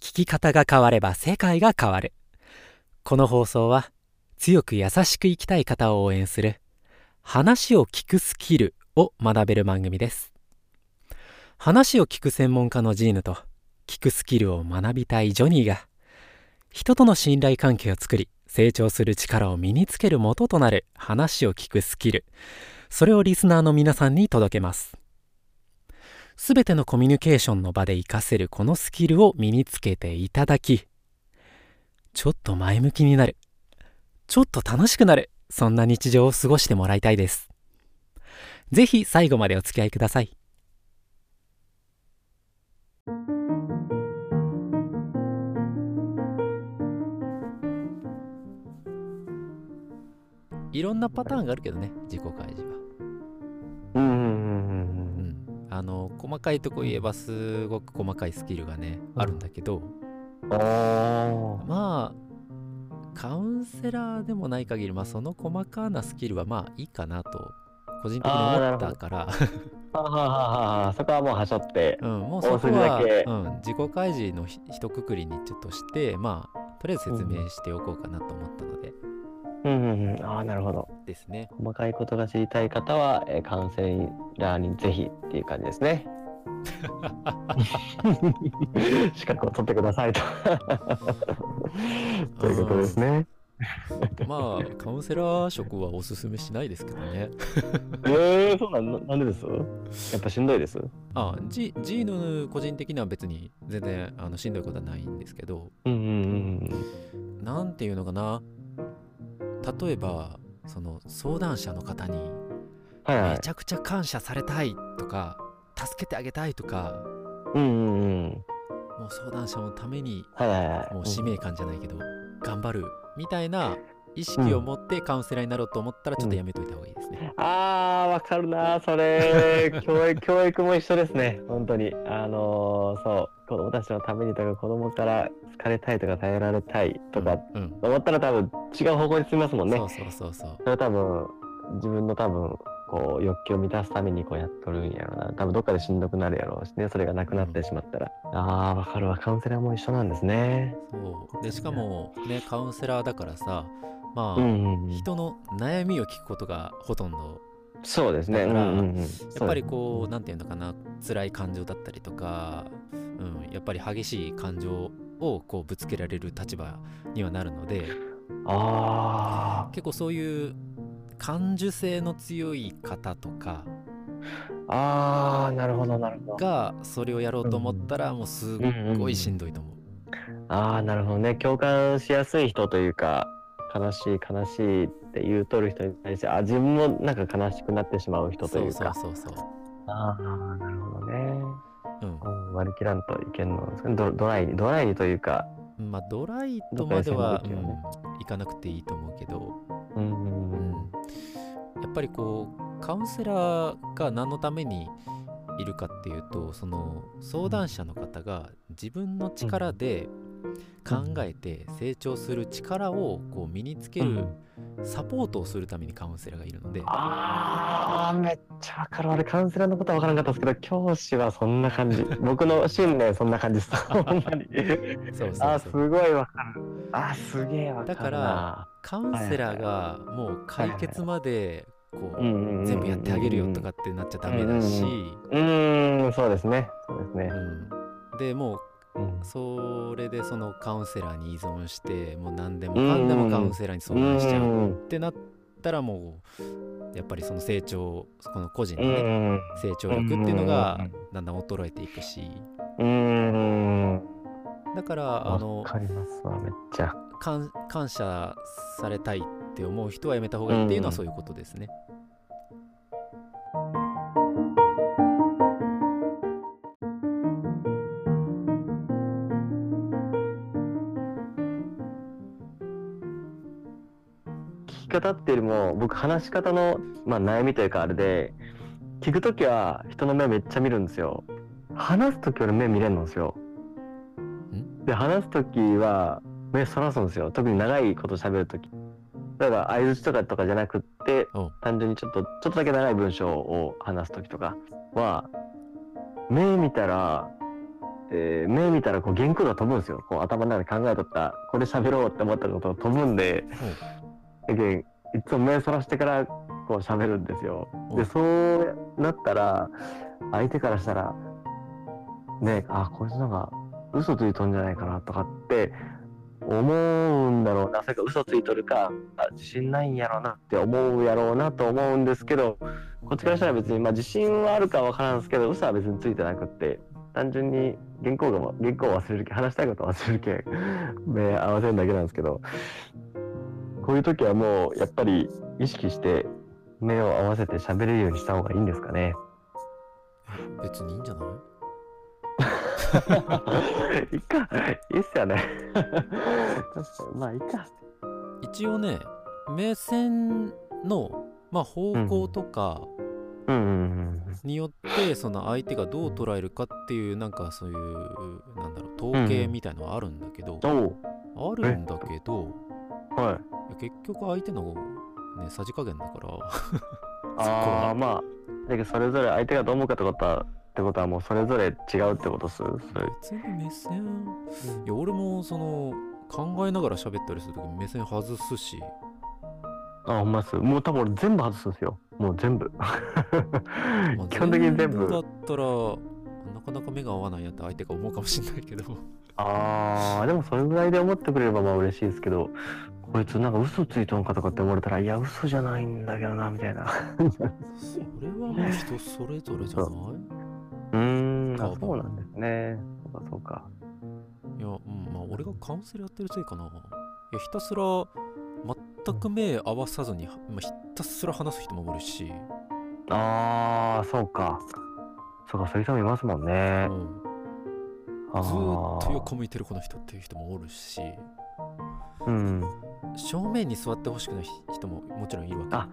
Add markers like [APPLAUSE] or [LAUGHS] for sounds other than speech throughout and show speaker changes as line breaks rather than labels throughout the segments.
聞き方が変われば世界が変わる。この放送は強く優しく生きたい方を応援する話を聞くスキルを学べる番組です。話を聞く専門家のジーヌと聞くスキルを学びたいジョニーが人との信頼関係を作り成長する力を身につける元となる話を聞くスキルそれをリスナーの皆さんに届けますすべてのコミュニケーションの場で活かせるこのスキルを身につけていただきちょっと前向きになるちょっと楽しくなるそんな日常を過ごしてもらいたいですぜひ最後までお付き合いくださいいろんなパターンがあるけどね自己開示は。
うんうんうんうん
う
うん
ん、あの細かいとこ言えばすごく細かいスキルがね、あるんだけど
あー
まあカウンセラーでもない限りまあその細かなスキルはまあいいかなと個人的に
あーな
思
る
っ
ほど
たから
ははははそこはもうはしょっ
[LAUGHS]
て
うんもうそこ
大筋だけ
は、うん、自己開示のひひとくくりにちょっとしてまあとりあえず説明しておこうかなと思ったので、
うんうんうんああなるほど
ですね
細かいことが知りたい方は、えー、カウンセラーにぜひっていう感じです [LAUGHS] ね資格を取ってくださ [LAUGHS] いとということですね
まあカウンセラー職はおすすめしないですけどね
えー、そうなんななんでですやっぱしんどいですう
あジジーヌ個人的には別に全然あのしんどいことはないんですけど
んうん
なんていうのかな例えばその相談者の方に
はいは
め
い
ちゃくちゃ感謝されたいとか助けてあげたいとか
うんうんうん
もう相談者のために
はいはいはい
もう使命感じゃないけど頑張るみたいな意識を持ってカウンセラーになろうと思ったらちょっとやめといた方がいいですね。
あーわかるなそれ
[LAUGHS]
教育教育も一緒ですね本当にあのーそう子供たちのためにとか子供から好かれたいとか頼られたいとか
うん、うん
思ったら多分違う方向に進みますもんね
そうそうそうそう
それは多分自分の多分こう欲求を満たすためにこうやっとるんやろな多分どっかでしんどくなるやろうしねそれがなくなってしまったら、あーわかるわカウンセラーも一緒なんですね
そうでしかもねカウンセラーだからさまあ、
うんうんうん
人の悩みを聞くことがほとんど
そうですね
だから
や
やっぱりこう何て言うのかな辛い感情だったりとか、うん、やっぱり激しい感情をこうぶつけられる立場にはなるので
あー
結構そういう感受性の強い方とか
あーなるほどなるほど
がそれをやろうと思ったらもうすっごいしんどいと思う。
ああなるほどね共感しやすい人というか悲しい悲しいって言うとる人に対してあ自分もなんか悲しくなってしまう人と
そ
いうう
そう
か
そうそう。
ああなるほどね
うん
うん割り切らんといけんのですかねドドライにドライにというか
まあドライとまでは、
どっかで攻めていくよね
うんいかなくていいと思うけど、
うん
うんやっぱりこうカウンセラーが何のためにいるかっていうとその相談者の方が自分の力で考えて成長する力をこう身につけ
う
る
ん
サポートをするためにカウンセラーがいるので
ああめっちゃわかる俺カウンセラーのことはわからなかったですけど教師はそんな
[LAUGHS]
感じ僕の信念そんな感じですほんまに
そうそ
あ
う
ーす
そう
ごいわかるあーすげえわかるな
だからカウンセラーがもう解決までこ
うんうんうんうんう
うん全部やってあげるよとかってなっちゃダメだし、
うんうーんそうですねそうですね
うんでもう
うん
それでそのカウンセラーに依存してもう何でもかんでもカウンセラーに相談しちゃううってなったらもうやっぱりその成長この個人の
う
ね
ん
成長力っていうのが
う
だんだん衰えていくし
うんうん
だからあの
わかりますわめっちゃ
感感謝されたいって思う人はやめた方がいいっていうのはそういうことですね。
聞き方っていうよりも僕話し方の、まあ、悩みというかあれで聞くときは人の目めっちゃ見るんですよ話すとき俺目見れるんですよで話すときは目そらすんですよ特に長いこと喋るときだから相槌とかとかじゃなくって
うん
単純にちょっとちょっとだけ長い文章を話すときとかは目見たらえー目見たらこう原稿が飛ぶんですよこう頭の中で考えとったこれ喋ろうって思ったことが飛ぶんでだけんいつも目そらしてからこう喋るんですよ
う
で
ん
そうなったら相手からしたらねあこいつなんか嘘ついとんじゃないかなとかって思うんだろうなそれか嘘ついとるかあ自信ないんやろうなって思うやろうなと思うんですけどこっちからしたら別に、まあ、自信はあるかわからんすけど嘘は別についてなくって単純に原稿が原稿を忘れるけ話したいことを忘れるけん [LAUGHS] 目合わせるだけなんですけどこういう時はもうやっぱり意識して目を合わせて喋れるようにした方がいいんですかね [LAUGHS]
別にいいんじゃない
いっかいいっすよ [LAUGHS] ね確かにまあいいか
一応ね目線の、まあ、方向とか
うんうん
によって、その相手がどう捉えるかっていうなんかそういうなんだろう統計みたいのはあるんだけど、
うんお
あるんだけど
おはい
結局相手の、ね、さじ加減だから
ああまあだけどそれぞれ相手がどう思うかってことはってことはもうそれぞれ違うってことっすそれ
別に目線いや俺もその考えながら喋ったりするとき目線外すし
あ、ほんまっす。もう多分俺全部外すんですよ。もう
[LAUGHS]
全部。
まあ
基本的に全部。
だったらなかなか目が合わないやって相手が思うかもしれない
[LAUGHS]
けど
ああ、でもそれぐらいで思ってくれればまあ嬉しいですけど、こいつなんか嘘ついとんかとかって思われたら、いや、嘘じゃないんだけどな、みたいな。 [LAUGHS]
それはもう人それぞれじゃないう
ーん、
多
あ
分
そうなんですね。そうか、そうか。
いや、うん、まあ俺がカウンセルやってるせいかないやひたすら全く目合わさずに、まあ、ひたすら話す人もおるし、
ああ、そうか。そうか、そういう人もいますもん
う
ね。
ん、
あー
ずーっと横向いてるこの人っていう人もおるし
うん。
正面に座ってほしくない人ももちろんいるわけ
あ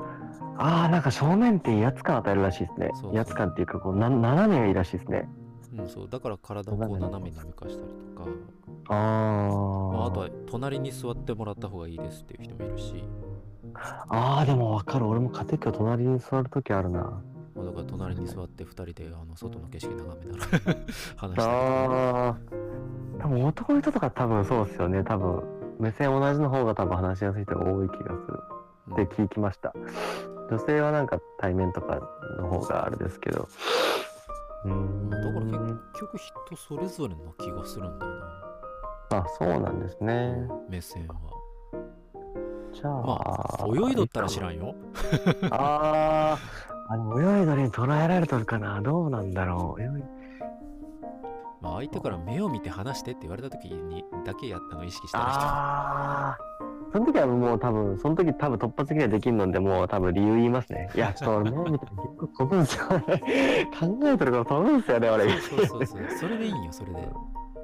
ああ、なんか正面って威圧感与えるらしいですね
そう。そう
威圧感っていうか、こう、な斜めがいいらしいですね。
うん、そうだから体をこう斜めに向かしたりとか、
あ
ま
あ。
あ、あとは隣に座ってもらった方がいいですっていう人もいるし、
ああでもわかる俺も家庭教隣に座る時あるな
まあ、だから隣に座って2人であの外の景色眺め [LAUGHS] ながら話して
あー多分男の人とか多分そうですよね多分目線同じの方が多分話しやすい人が多い気がするって聞きました女性はなんか対面とかの方があれですけどうーん
だから結局人それぞれの気がするんだよな、
あそうなんですね
目線は
じゃあ
まあ泳いどったら知ら
い
んよ
あーあの泳いどりに捉えられとるかなどうなんだろう泳い
まあ、相手から目を見て話してって言われた時にだけやったの意識してる人
ああーその時はもう多分その時多分突発的にはできんのでもう多分理由言いま
[LAUGHS]
すねいやちょっと俺ねみたいな結構飛ぶんすよね考えてるから飛ぶんすよね俺
そうそうそうそうそれでいいんよそれで
[LAUGHS]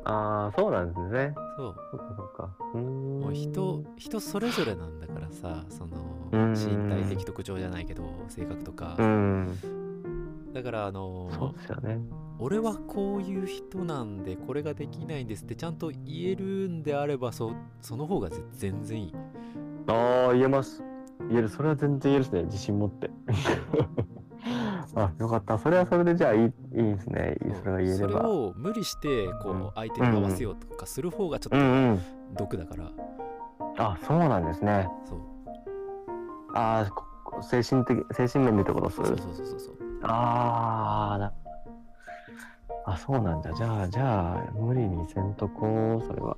ああそうなんですね
そう
そっかそっかうーん
もう人人それぞれなんだからさその
うん
身体的特徴じゃないけど性格とか
うん
だからあのー
そうですよね
俺はこういう人なんでこれができないんですってちゃんと言えるんであればそその方がぜ全然いい
ああ言えます言えるそれは全然言えるですね自信持って
[LAUGHS]
あよかったそれはそれでじゃあいいいいですねいいそれが言え
そ
れ
れ
ば
を無理して
う
こ
ん
う相手に合わせようとかする方がちょ
う
っ
んうん
と毒だから、
あそうなんですね
そう
ああ精神的精神面でってことです
そうそうそうそうそう
ああなあそうなんだじゃあじゃあ無理にせんとこうそれは